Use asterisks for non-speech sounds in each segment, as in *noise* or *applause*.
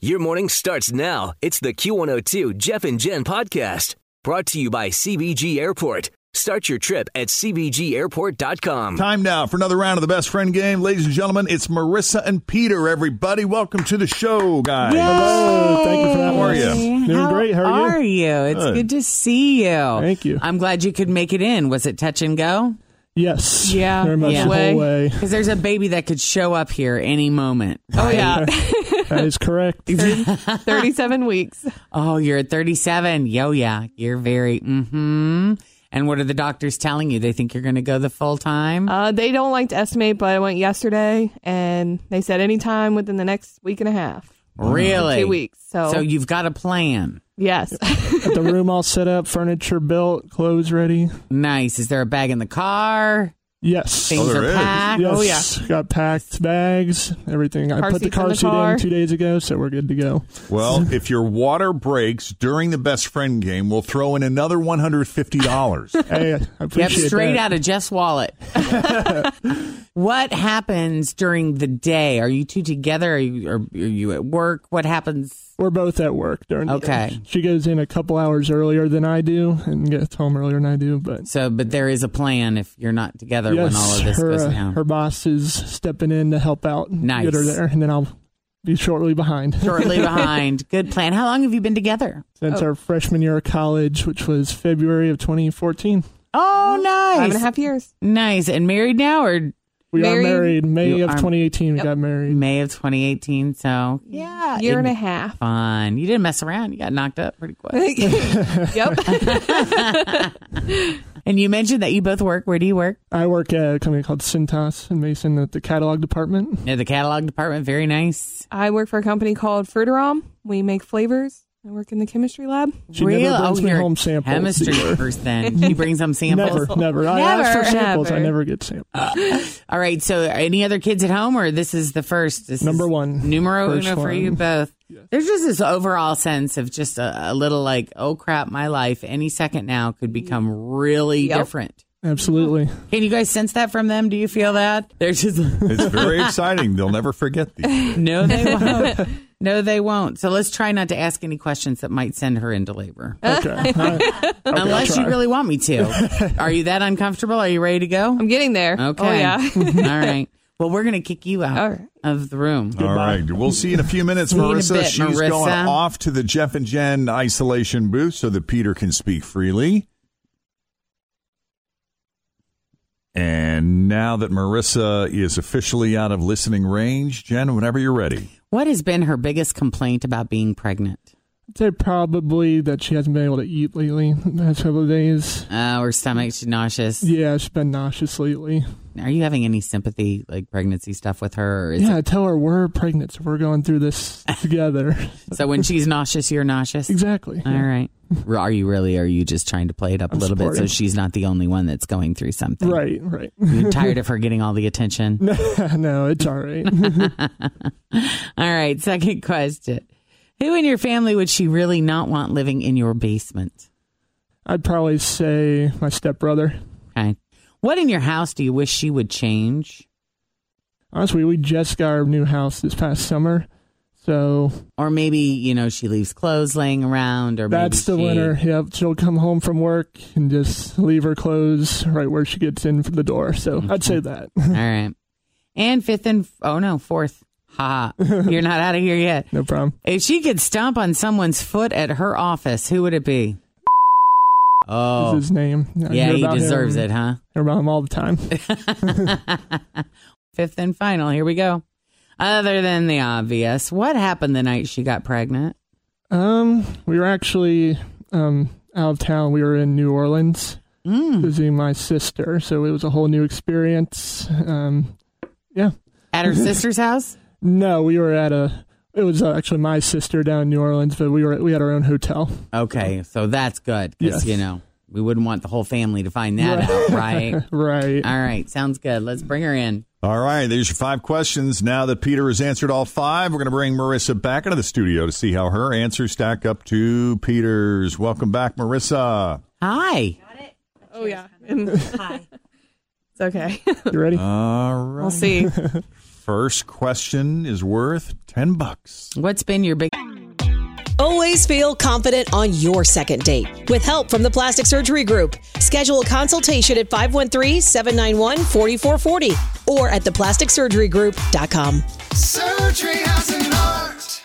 Your morning starts now. It's the Q102 Jeff and Jen podcast brought to you by CBG Airport. Start your trip at CBGAirport.com. Time now for another round of the best friend game. Ladies and gentlemen, it's Marissa and Peter, everybody. Welcome to the show, guys. Hello. Thank you for having How are us. you? Doing great. How are you? It's Good. good. to see you. Thank you. I'm glad you could make it in. Was it touch and go? Yes. Very much yeah. the whole way. Because there's a baby that could show up here any moment. Oh yeah, That is correct. thirty-seven *laughs* weeks. *laughs* Oh, you're at 37. Yo, yeah. You're very, mm hmm. And what are the doctors telling you? They think you're going to go the full time? Uh, they don't like to estimate, but I went yesterday, and they said anytime within the next week and a half. really? Two weeks. Oh. So, So you've got a plan. *laughs* yes, Got the room all set up, furniture built, clothes ready. Nice. Is there a bag in the car? Yes. Things there are is. packed. Yes. Oh, Got packed bags, everything. I Car put the seats in car the seat car. in two days ago, so we're good to go. Well, if your water breaks during the best friend game, we'll throw in another $150. Hey, I Yep, appreciate straight that. out of Jeff's wallet. what happens during the day? Are you two together? Are you, are, are you at work? What happens? We're both at work during. the Okay. day. She goes in a couple hours earlier than I do, and gets home earlier than I do. But So, but there is a plan if you're not together when all of this her, goes uh, down. her boss is stepping in to help out. and Nice. Get her there, and then I'll be shortly behind. *laughs* Shortly behind. Good plan. How long have you been together? Since Oh. our freshman year of college, which was February of 2014. Mm, Oh, five and a nice. half years. Nice. And married now or We Married? are married. May You of are- 2018, we got married. May of 2018. So, yeah. Year it'd and a be *laughs* half. Fun. You didn't mess around. You got knocked up pretty quick. *laughs* yep. and you mentioned that you both work. Where do you work? I work at a company called Cintas in Mason at the catalog department. Yeah, the catalog department. Very nice. I work for a company called Fruiterom. We make flavors. I work in the chemistry lab. She never brings oh, me you're a home samples Chemistry *laughs* either. person. She brings home Never, samples. never. I ask for Never. samples. I Never. never get samples. *laughs* All right. So, any other kids at home, or this is the first? This is Number one. numero First uno for you one. both. There's just this overall sense of just a, a little like, oh crap, my life any second now could become really Yep. different. *laughs* Absolutely. Can you guys sense that from them? Do you feel that? They're just *laughs* it's very exciting. They'll never forget these. no, they won't. No, they won't. So let's try not to ask any questions that might send her into labor. Oh. Okay. All right. Okay, I'll Unless you try. really want me *laughs* to. Are you that uncomfortable? Are you ready to go? I'm getting there. Okay. *laughs* Oh, yeah. *laughs* All right. Well, we're going to kick you out All right. of the room. All right. We'll see you in a few minutes, See you in a Marissa. bit, She's Marissa. going off to the Jeff and Jen isolation booth so that Peter can speak freely. And now that Marissa is officially out of listening range, Jen, whenever you're ready. What has been her biggest complaint about being pregnant? I'd say probably that she hasn't been able to eat lately. The past couple of days. Uh, her stomach, she's nauseous. Yeah, she's been nauseous lately. Are you having any sympathy, like pregnancy stuff with her? Or is Yeah, I tell her we're pregnant, so we're going through *laughs* this together. it, so when she's nauseous, you're nauseous? exactly. All right. Re- Are you really, are you just trying to play it up I'm a little bit so supporting. she's not the only one that's going through something? Right, right. *laughs* You're tired of her getting all the attention? no, it's all right. *laughs* All right. Second question. Who in your family would she really not want living in your basement? I'd probably say my stepbrother. Okay. What in your house do you wish she would change? Honestly, we just got our new house this past summer, so Or maybe, you know, she leaves clothes laying around or that's the maybe she- *laughs* winner. Yep, she'll come home from work and just leave her clothes right where Mm-hmm. she gets in for the door. So I'd say that. *laughs* All right. And fifth and oh no, fourth. Ha *laughs* ha. You're not out of here yet. No problem. If she could stomp on someone's foot at her office, who would it be? Is Oh, his name? I yeah, hear he about deserves him. it, huh? *laughs* Hear about him all the time. Fifth and final. Here we go. Other than the obvious, what happened the night she got pregnant? Um, we were actually um out of town. We were in New Orleans Mm. visiting my sister, so it was a whole new experience. Um, yeah. *laughs* At her sister's house? No, we were at a. It was uh, actually my sister down in New Orleans, but we were we had our own hotel. Okay, so that's good. Yes. 'cause, you know, we wouldn't want the whole family to find that out, *laughs* right? Right. All right, sounds good. Let's bring her in. All right, there's your five questions. Now that Peter has answered all five, we're going to bring Marissa back into the studio to see how her answers stack up to Peter's. Welcome back, Marissa. Hi. Oh yeah. it's okay. You ready? All right. We'll see. First question is worth 10 bucks. What's been your big Always feel confident on your second date. With help from the Plastic Surgery Group, schedule a consultation at 513 791 4440 or at theplasticsurgerygroup.com. Surgery has an art.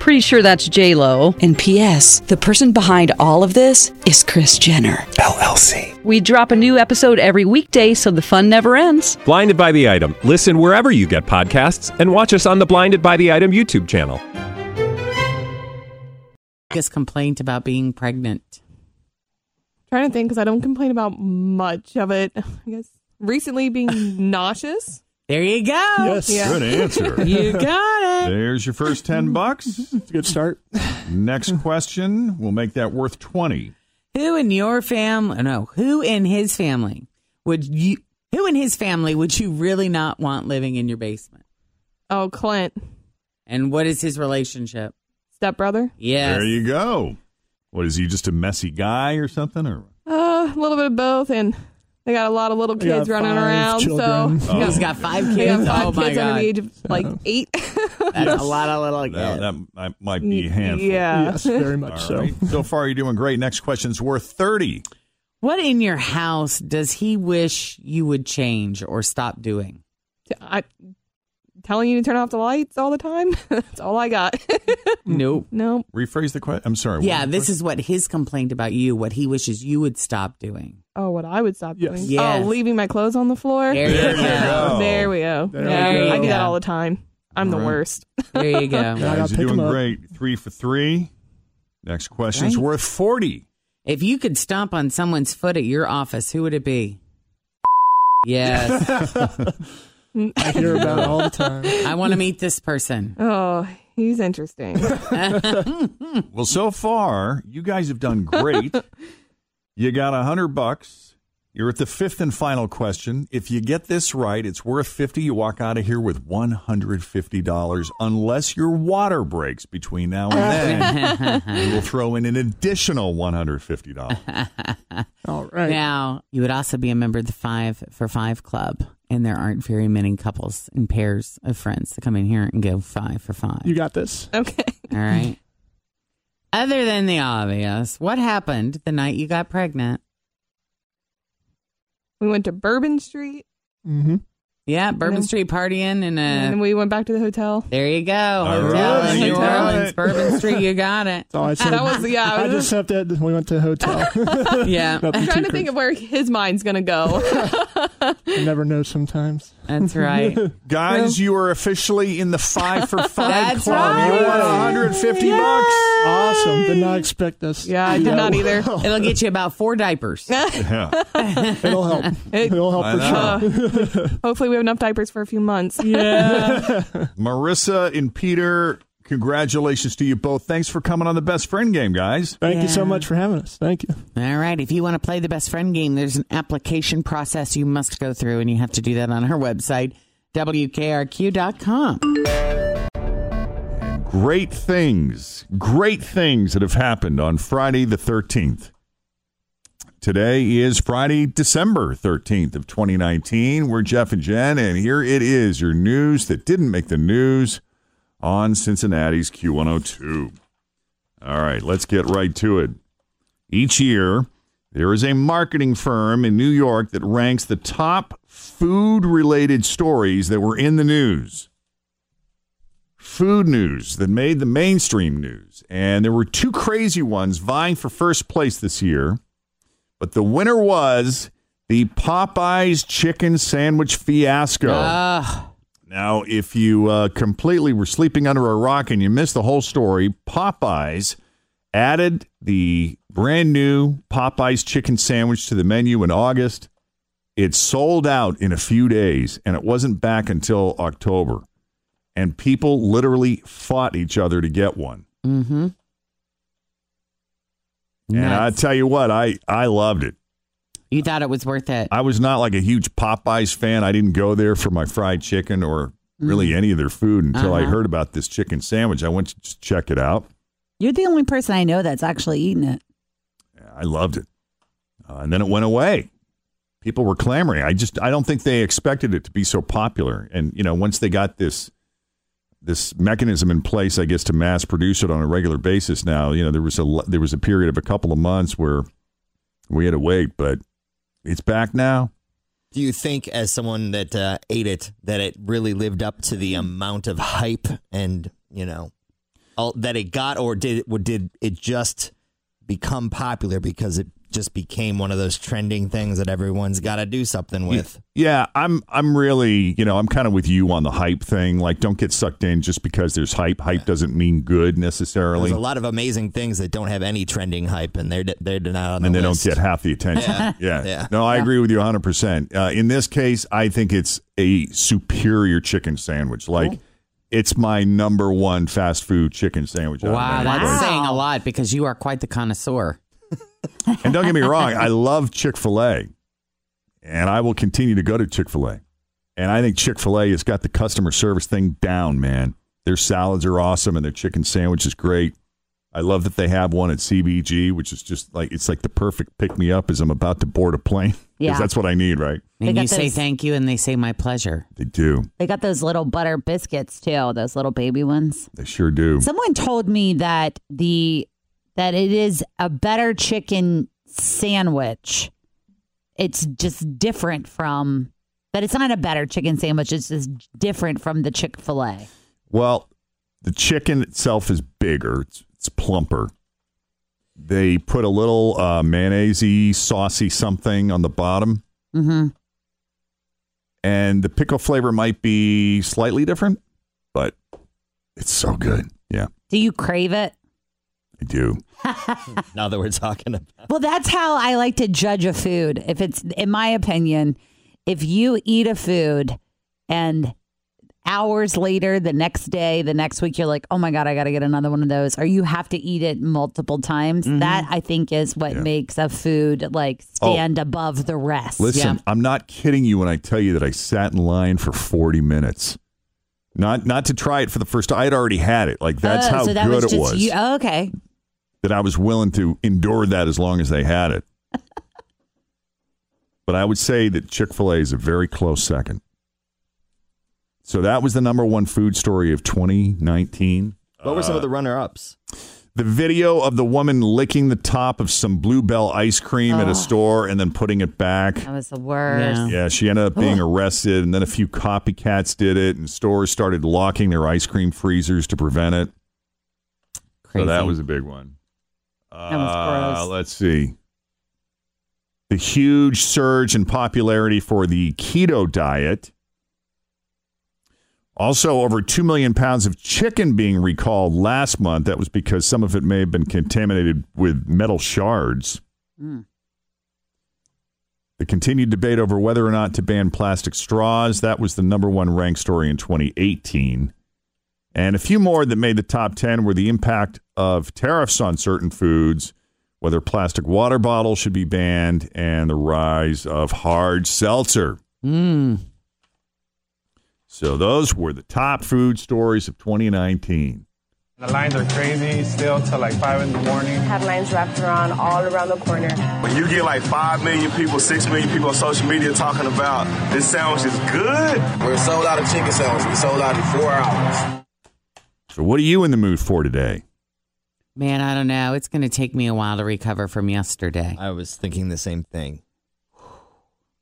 Pretty sure that's J Lo. And P.S. The person behind all of this is Chris Jenner. LLC. We drop a new episode every weekday, so the fun never ends. Blinded by the item. Listen wherever you get podcasts, and watch us on the Blinded by the Item YouTube channel. biggest complaint about being pregnant? Trying to think because I don't complain about much of it. I guess *laughs* recently being nauseous. There you go. yes. Good *laughs* answer. You got it. There's your first 10 bucks. It's a good start. Next question will make that worth 20. Who in your family? No, who in his family would you? Who in his family would you really not want living in your basement? Oh, Clint, And what is his relationship? stepbrother. Yes. There you go. What is he just a messy guy or something or Uh, a little bit of both, and they got a lot of little They got kids running five around. children. So He's got five kids. they got five oh my kids god, under the age of like eight. that's a lot of little kids. that, that, that might be a handful. *laughs* yeah. Yes, very much All so. right. So far, you're doing great. Next question's worth 30. What in your house does he wish you would change or stop doing? I telling you to turn off the lights all the time. *laughs* That's all I got. *laughs* Nope. no, Rephrase the question. I'm sorry. Yeah, this is what his complaint about you. What he wishes you would stop doing. oh, what I would stop Yes. Oh, doing. Yes. Oh, leaving my clothes on the floor. There you go. go. There we go. There Yeah, we go. I do that Yeah. all the time. I'm the Right. worst. There you go. *laughs* Yeah, I Guys, gotta you're pick 'em doing up. great. Three for three. Next question's Right. worth 40. If you could stomp on someone's foot at your office, who would it be? Yes. I hear about it all the time. *laughs* I want to meet this person. Oh, *laughs* he's interesting. Well, so far, you guys have done *laughs* great. you got a hundred bucks. You're at the fifth and final question. If you get this right, it's worth fifty. You walk out of here with one hundred fifty dollars, unless your water breaks between now and Oh. *laughs* then. we will throw in an additional one hundred fifty dollars. All right. Now, you would also be a member of the Five for Five Club, and there aren't very many couples and pairs of friends that come in here and go five for five. You got this. okay. All right. Other than the obvious, what happened the night you got pregnant? We went to Bourbon Street Mm-hmm. Yeah, Bourbon No. Street partying and and uh then we went back to the *laughs* hotel. there you go. All Hotel right. in New You got Orleans, it. Bourbon Street, you got it. That's all I said. That was- yeah, I I *laughs* was just have that we went to a *laughs* hotel. Yeah. Nothing I'm trying too to think of where his mind's gonna *laughs* go. crazy. You never know sometimes. That's *laughs* right. Guys, you are officially in the five *laughs* for five That's club. You won right. one hundred fifty bucks. Awesome. Did not expect this. yeah, I did not either. It'll get you about four *laughs* diapers. Yeah. It'll *laughs* help. It'll help I for know. sure. Hopefully, we have enough diapers for a few months. Marissa and Peter, congratulations to you both. Thanks for coming on the best friend game, guys. Thank you so Yeah. much for having us. Thank you. All right. If you want to play the best friend game, there's an application process you must go through, and you have to do that on our website, wkrq.com. Great things, great things that have happened on Friday the 13th. Today is Friday, December 13th of 2019. We're Jeff and Jen, and here it is your news that didn't make the news on Cincinnati's Q102. All right, let's get right to it. Each year, there is a marketing firm in New York that ranks the top food related stories that were in the news. Food news that made the mainstream news. And there were two crazy ones vying for first place this year. But the winner was the Popeyes chicken sandwich fiasco. Ah. Now, if you uh, completely were sleeping under a rock and you missed the whole story, Popeyes added the brand new Popeyes chicken sandwich to the menu in August. It sold out in a few days and it wasn't back until October. And people literally fought each other to get one. Mm-hmm. And I tell you what, I, I loved it. You thought it was worth it. I was not like a huge Popeyes fan. I didn't go there for my fried chicken or really any of their food until I Uh-huh. heard about this chicken sandwich. I went to just check it out. *laughs* You're the only person I know that's actually eaten it. I loved it. Uh, and then it went away. People were clamoring. I just I don't think they expected it to be so popular. And you know, once they got this this mechanism in place, I guess to mass produce it on a regular basis now, you know, there was a l- there was a period of a couple of months where we had to wait, but it's back now. Do you think, as someone that uh, ate it, that it really lived up to the amount of hype and you know all, that it got, or did it did it just become popular because it just became one of those trending things that everyone's got to do something with? Yeah, I'm I'm really, you know, I'm kind of with you on the hype thing. Like don't get sucked in just because there's hype. Hype doesn't mean good necessarily. There's a lot of amazing things that don't have any trending hype, and they're they're not on the and they list. don't get half the attention. Yeah. Yeah. *laughs* Yeah. No, I agree with you 100%. Uh, in this case, I think it's a superior chicken sandwich. Like, it's my number one fast food chicken sandwich. out of Wow, any that's place. saying a lot because you are quite the connoisseur. And don't get me wrong, I love Chick fil A, and I will continue to go to Chick fil A. And I think Chick fil A has got the customer service thing down, man. Their salads are awesome, and their chicken sandwich is great. I love that they have one at CBG, which is just like it's like the perfect pick me up as I'm about to board a plane. *laughs* 'Cause Yeah. that's what I need, right? They And got you say those- thank you, and they say my pleasure. They do. They got those little butter biscuits too, those little baby ones. They sure do. Someone told me that the that it is a better chicken sandwich. It's just different from that it's not a better chicken sandwich, it's just different from the Chick-fil-A. Well, the chicken itself is bigger. It's, it's plumper. They put a little uh, mayonnaise saucy something on the bottom, Mm-hmm. and the pickle flavor might be slightly different, but it's so good. Yeah, Do you crave it? I do. now that we're talking about. Well, that's how I like to judge a food. If it's, in my opinion, if you eat a food and hours later, the next day, the next week, you're like, oh my God, I got to get another one of those, or you have to eat it multiple times, that I think is what makes a food like Mm-hmm. Oh. stand above the rest. Listen, I'm not kidding you when I tell you that I sat in line for 40 minutes. Not not to try it for the first time. I had already had it. Like that's Oh, how so that good was just it was. You. Oh, okay. that I was willing to endure that as long as they had it. but I would say that Chick fil A is a very close second. So that was the number one food story of 2019. What were some Uh, of the runner-ups? the video of the woman licking the top of some Bluebell ice cream at Oh. a store and then putting it back? That was the worst. Yeah, she ended up Oh. being arrested, and then a few copycats did it, and stores started locking their ice cream freezers to prevent it. Crazy. So that was a big one. That was Uh, gross. let's see. The huge surge in popularity for the keto diet. Also, over 2 million pounds of chicken being recalled last month. That was because some of it may have been contaminated with metal shards. Mm. The continued debate over whether or not to ban plastic straws, that was the number one ranked story in 2018. And a few more that made the top 10 were the impact of tariffs on certain foods, whether plastic water bottles should be banned, and the rise of hard seltzer. Mm. So those were the top food stories of 2019. The lines are crazy still till like five in the morning. Have lines wrapped around all around the corner. When you get like 5 million people, 6 million people on social media talking about this sandwich is good. We're sold out of chicken sandwich. We sold out in four hours. So, what are you in the mood for today? Man, I don't know. It's going to take me a while to recover from yesterday. I was thinking the same thing.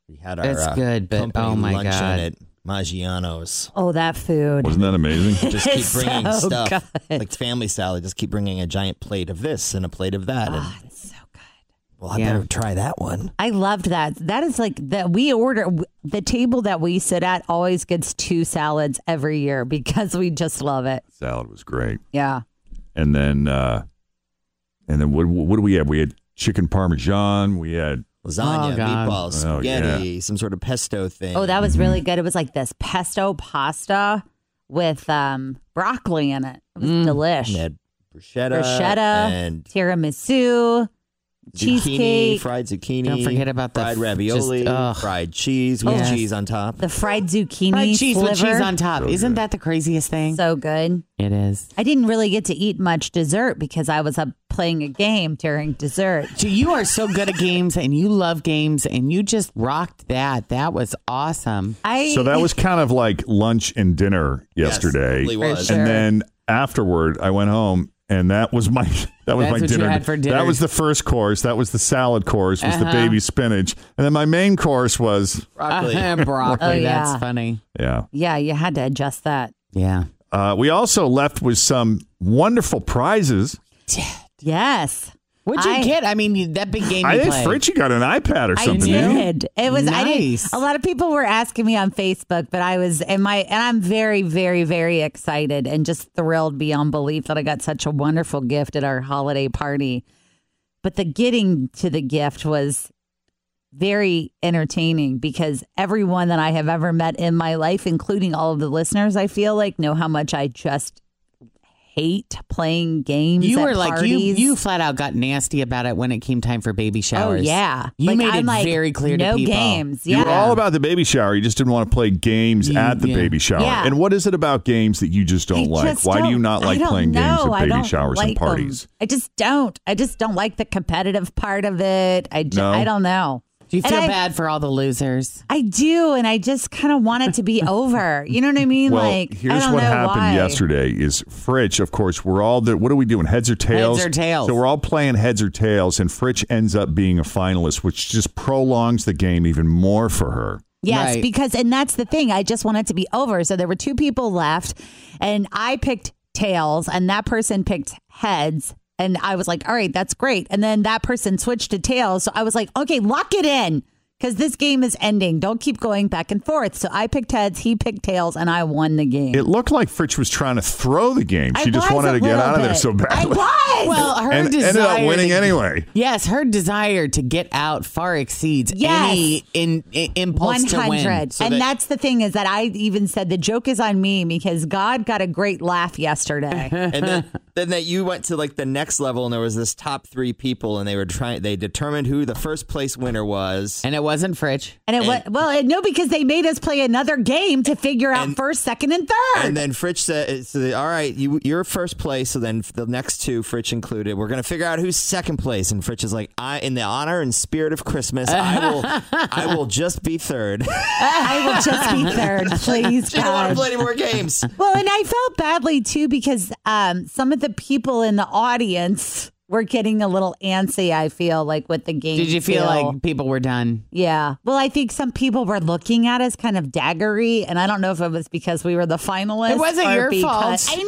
We had our It's uh, good, but company oh my luncheon God. at Maggiano's. Oh, that food. Wasn't that amazing? *laughs* Just keep It's bringing so stuff good. like family salad. Just keep bringing a giant plate of this and a plate of that. and, it's so good. Well, I Yeah. better try that one. I loved that. That is like that we order the table that we sit at always gets two salads every year because we just love it. Salad was great. Yeah. and then uh and then what what do we have? We had chicken parmesan. We had Lasagna, Oh, God. meatballs, Oh, yeah. spaghetti, some sort of pesto thing. Oh, that was really good. It was like this pesto pasta with um, broccoli in it. It was Mm. delish. And they had bruschetta, Bruschetta and tiramisu, zucchini, cheesecake, fried zucchini. Don't forget about the fried f- ravioli, just- ugh. Oh, fried cheese with Yes. cheese on top. the fried zucchini Fried cheese sliver. with cheese on top. Isn't that the craziest thing? so good? It is. I didn't really get to eat much dessert because I was up playing a game during dessert. So you are so good at games and you love games and you just rocked that. That was awesome. I so that was kind of like lunch and dinner yesterday. totally was. For sure. And then afterward, I went home and that was my *laughs* that was That's my what you dinner. had for dinner. That was the first course. That was the salad course. Was the Uh-huh. baby spinach, and then my main course was *laughs* broccoli. *laughs* broccoli. Oh, yeah. That's funny. yeah. *laughs* Yeah, you had to adjust that. Yeah. Uh, we also left with some wonderful prizes. Yes. What'd you I- get? I mean, you- that big game. I you think played. Fritchie got an iPad or I something. didn't he? did. It was I did. Nice. A lot of people were asking me on Facebook, but I was and my and I'm very very very excited and just thrilled beyond belief that I got such a wonderful gift at our holiday party. But the getting to the gift was very entertaining because everyone that I have ever met in my life, including all of the listeners, I feel like know how much I just hate playing games. You at were like you. parties. You flat out got nasty about it when it came time for baby showers. Oh yeah, you Like, made I'm it like, very clear no to people. games. You Yeah, were all about the baby shower. You just didn't want to play games at the yeah. baby shower. Yeah. And what is it about games that you just don't I like? just Why do you don't- not I like don't playing games know. at I baby don't showers like and 'em. parties? I just don't. I just don't like the competitive part of it. I just, No? I don't know. Do you And feel I- bad for all the losers? I do, and I just kind of want it *laughs* to be over. You know what I mean? Well, like, I here's don't what know happened why. yesterday is Fritch, of course, we're all the what are we doing? Heads or tails? or tails. So we're all playing heads or tails, and Fritch ends up being a finalist, which just prolongs the game even more for her. Yes, because. because and that's the thing. I just want it to be over. So there were two people left, and I picked tails, and that person picked heads. And I was like, all right, that's great. And then that person switched to tails. So I was like, okay, lock it in because this game is ending. Don't keep going back and forth. So I picked heads, he picked tails, and I won the game. It looked like Fritch was trying to throw the game. She just was wanted a to get little out of there bit. so *laughs* badly. I was. Well, her And desire ended up winning to- anyway. Yes, her desire to get out far exceeds Yes. any in, i- impulse to win. 100. and that's the thing is that I even said the joke is on me because God got a great laugh yesterday. and then, then that you went to like the next level and there was this top three people and they were trying they determined who the first place winner was and it wasn't fridge And it was well, it, no, because they made us play another game to figure out first, second, and third. and then Fritch said, so, "All right, you you're first place." So then the next two, Fritch included, we're gonna figure out who's second place. And Fritch is like, "I, in the honor and spirit of Christmas, I *laughs* will, I will just be third. *laughs* I will *laughs* just be third, please. She didn't wanna God. play any more games. Well, and I felt badly too because um, some of the people in the audience were getting a little antsy. I feel like with the game. Did you feel too. like people were done? Yeah. Well, I think some people were looking at us kind of daggery, and I don't know if it was because we were the finalists. It wasn't or your fault. because- I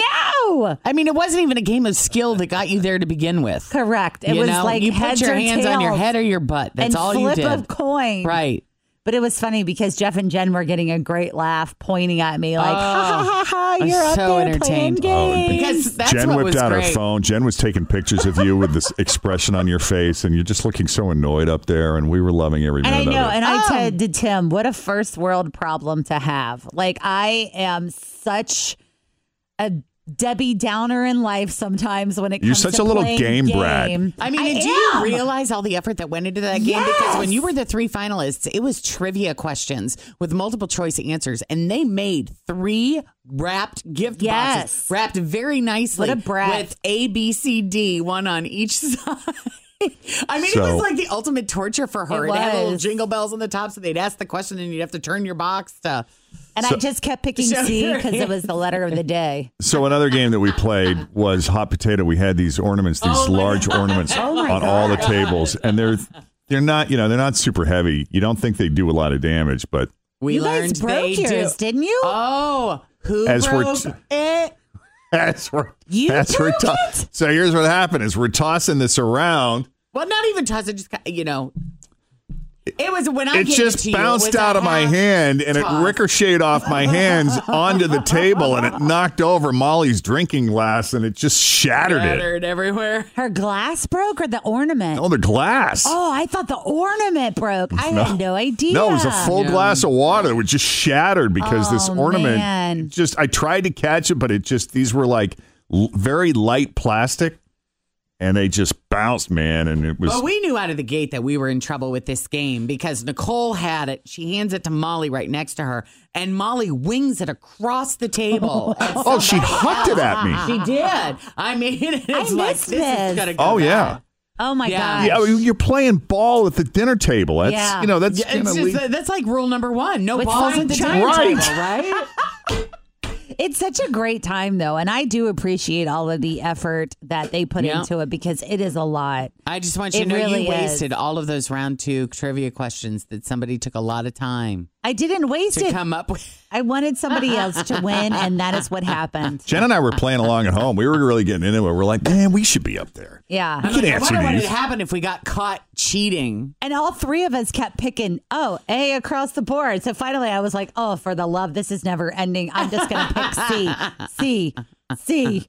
know. I mean, it wasn't even a game of skill that got you there to begin with. Correct. It You was know? like you put heads your or hands on your tails. head or your butt. That's and all you flip did. a coin. Right. But it was funny because Jeff and Jen were getting a great laugh, pointing at me like, Oh, ha ha ha ha, I'm you're up so there playing entertained. Oh, games. Because that's Jen what whipped was out her great. phone. Jen was taking pictures of you with this *laughs* expression on your face, and you're just looking so annoyed up there. And we were loving every and minute I know, of it. and I said to Tim, what a first world problem to have. Like I am such a Debbie Downer in life sometimes when it comes You're such to a little playing game brat. game. I mean, and do am. you realize all the effort that went into that game? Because when you were the three finalists, it was trivia questions with multiple choice answers, and they made three wrapped gift boxes, wrapped very nicely, What a brat. with A, B, C, D, one on each *laughs* side. I mean, it So- was like the ultimate torture for her. It They had little was. jingle bells on the top, so they'd ask the question, and you'd have to turn your box to. And I So- just kept picking Show C your because it was the letter of the day. *laughs* So another game that we played was hot potato. We had these ornaments, these large ornaments Oh on my all the God. tables, and they're they're not you know they're not super heavy. You don't think they do a lot of damage, but *laughs* We you learned guys broke they yours, do. didn't you? Oh, who As we're broke t- it? that's where You that's where broke to- it? so here's what happened: is we're tossing this around. Well, not even toss it. Just ki- you know, it was when I It gave just to you, it was bounced a out of my half hand and it toss. ricocheted off my *laughs* hands onto the table and it knocked over Molly's drinking glass and it just shattered it. Scattered everywhere. Her glass broke or the ornament? Oh, the glass. Oh, I thought the ornament broke. I had no idea. No, it was a full glass of water that was just shattered because this Oh, ornament man. just I tried to catch it, but it just these were like l- very light plastic and they just bounced, man, and it was Well, we knew out of the gate that we were in trouble with this game because Nicole had it. She hands it to Molly right next to her, and Molly wings it across the *laughs* table. at Oh, she somebody hucked it at else. me. *laughs* She did. I mean, it's like missed this, this. is gonna go Oh bad. yeah. Oh my Yeah. god! Yeah, I mean, you're playing ball at the dinner table. That's Yeah. you know, that's Yeah, gonna it's lead- just, that's like rule number one: no With balls fine at the dinner table, china. Right. *laughs* right? It's such a great time though, and I do appreciate all of the effort that they put Yeah. into it because it is a lot. I just want you It to know really you is. wasted all of those round two trivia questions that somebody took a lot of time I didn't waste to it. come up with. I wanted somebody else to win, and that is what happened. Jen and I were playing along at home. We were really getting into it. We're like, man, we should be up there. *laughs* Yeah. We could I answer wonder what would these. happen if we got caught cheating. And all three of us kept picking, oh, A across the board. So finally I was like, oh, for the love, this is never ending. I'm just going to pick C, C, C.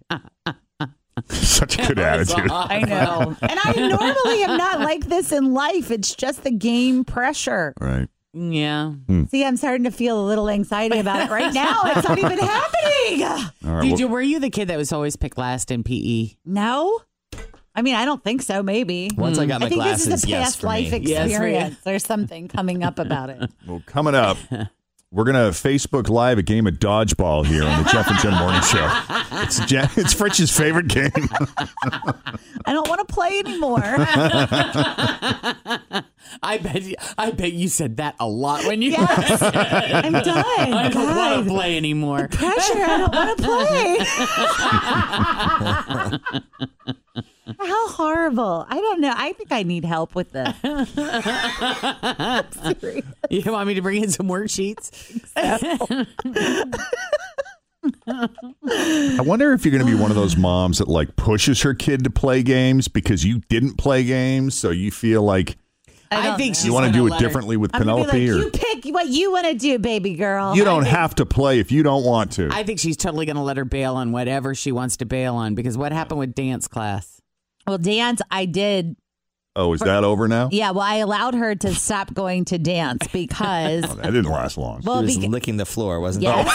Such a good attitude. *laughs* I know. And I normally am not like this in life. It's just the game pressure. Right. Yeah. See, I'm starting to feel a little anxiety about it right now. It's not even happening. All right. Did well- you were you the kid that was always picked last in E? PE? No? I mean, I don't think so, maybe. Once I got my I think glasses, this is a yes, past for life me. Hmm. Yes, for you. experience or something coming up about it. Well, coming up, we're gonna Facebook Live a game of dodgeball here on the Jeff and Jen Morning Show. It's Jen, it's Fritch's favorite game. *laughs* I don't want to play *laughs* anymore. I bet you, I bet you said that a lot when you. Yes. I'm done. *laughs* I don't want God. to play anymore. pressure. I don't want to play. *laughs* How horrible. I don't know. I think I need help with *laughs* this. You want me to bring in some worksheets? I wonder if you're gonna be one of those moms that like pushes her kid to play games because you didn't play games, so you feel like I, think she's you want to gonna do it let her- differently with I'm going Penelope, to be or like, you pick what you want to do, baby girl. you don't have to play if you don't want to. I think she's totally going to let her bail on whatever she wants to bail on because what happened with dance class? Well, dance, I did. oh, is that over *laughs* now? Yeah, well, I allowed her to stop going to dance *laughs* because. Oh, that didn't last long. Well, she was *laughs* beca- licking the floor, wasn't Yes.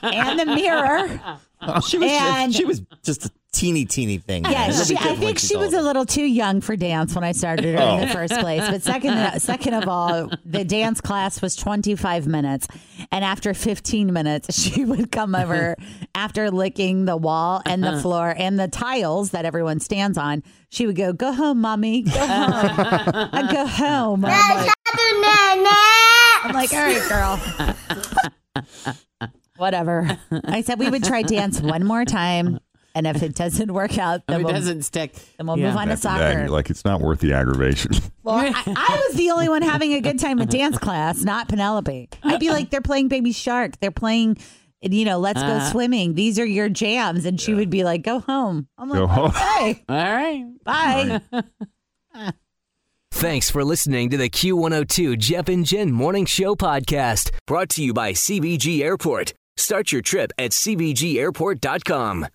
it? and, and the mirror. Oh, She was And- just, she was just a teeny teeny thing. Yeah, It'll be she, I different when think she's she was a older. little too young for dance when I started her in the Oh. first place. But second, uh, second of all, the dance class was 25 minutes, and after 15 minutes, *laughs* she would come over after licking the wall and Uh-huh. the floor and the tiles that everyone stands on. She would go, "Go home, mommy. Go *laughs* home. I go home." I'm like, I'm like, "All right, girl." Whatever. I said we would try dance one more time. And if it doesn't work out, If then it we'll doesn't stick. then we'll Yeah. move on to After that, soccer. you're like it's not worth the aggravation. Well, I, I was the only one having a good time at dance class, not Penelope. I'd be like, they're playing Baby Shark. They're playing, you know, Let's Go Uh-huh. Swimming. These are your jams. And she would be like, go home. I'm like, Go home. okay, All right. bye. Thanks for listening to the Q102 Jeff and Jen Morning Show podcast, brought to you by CBG Airport. Start your trip at CBGAirport.com.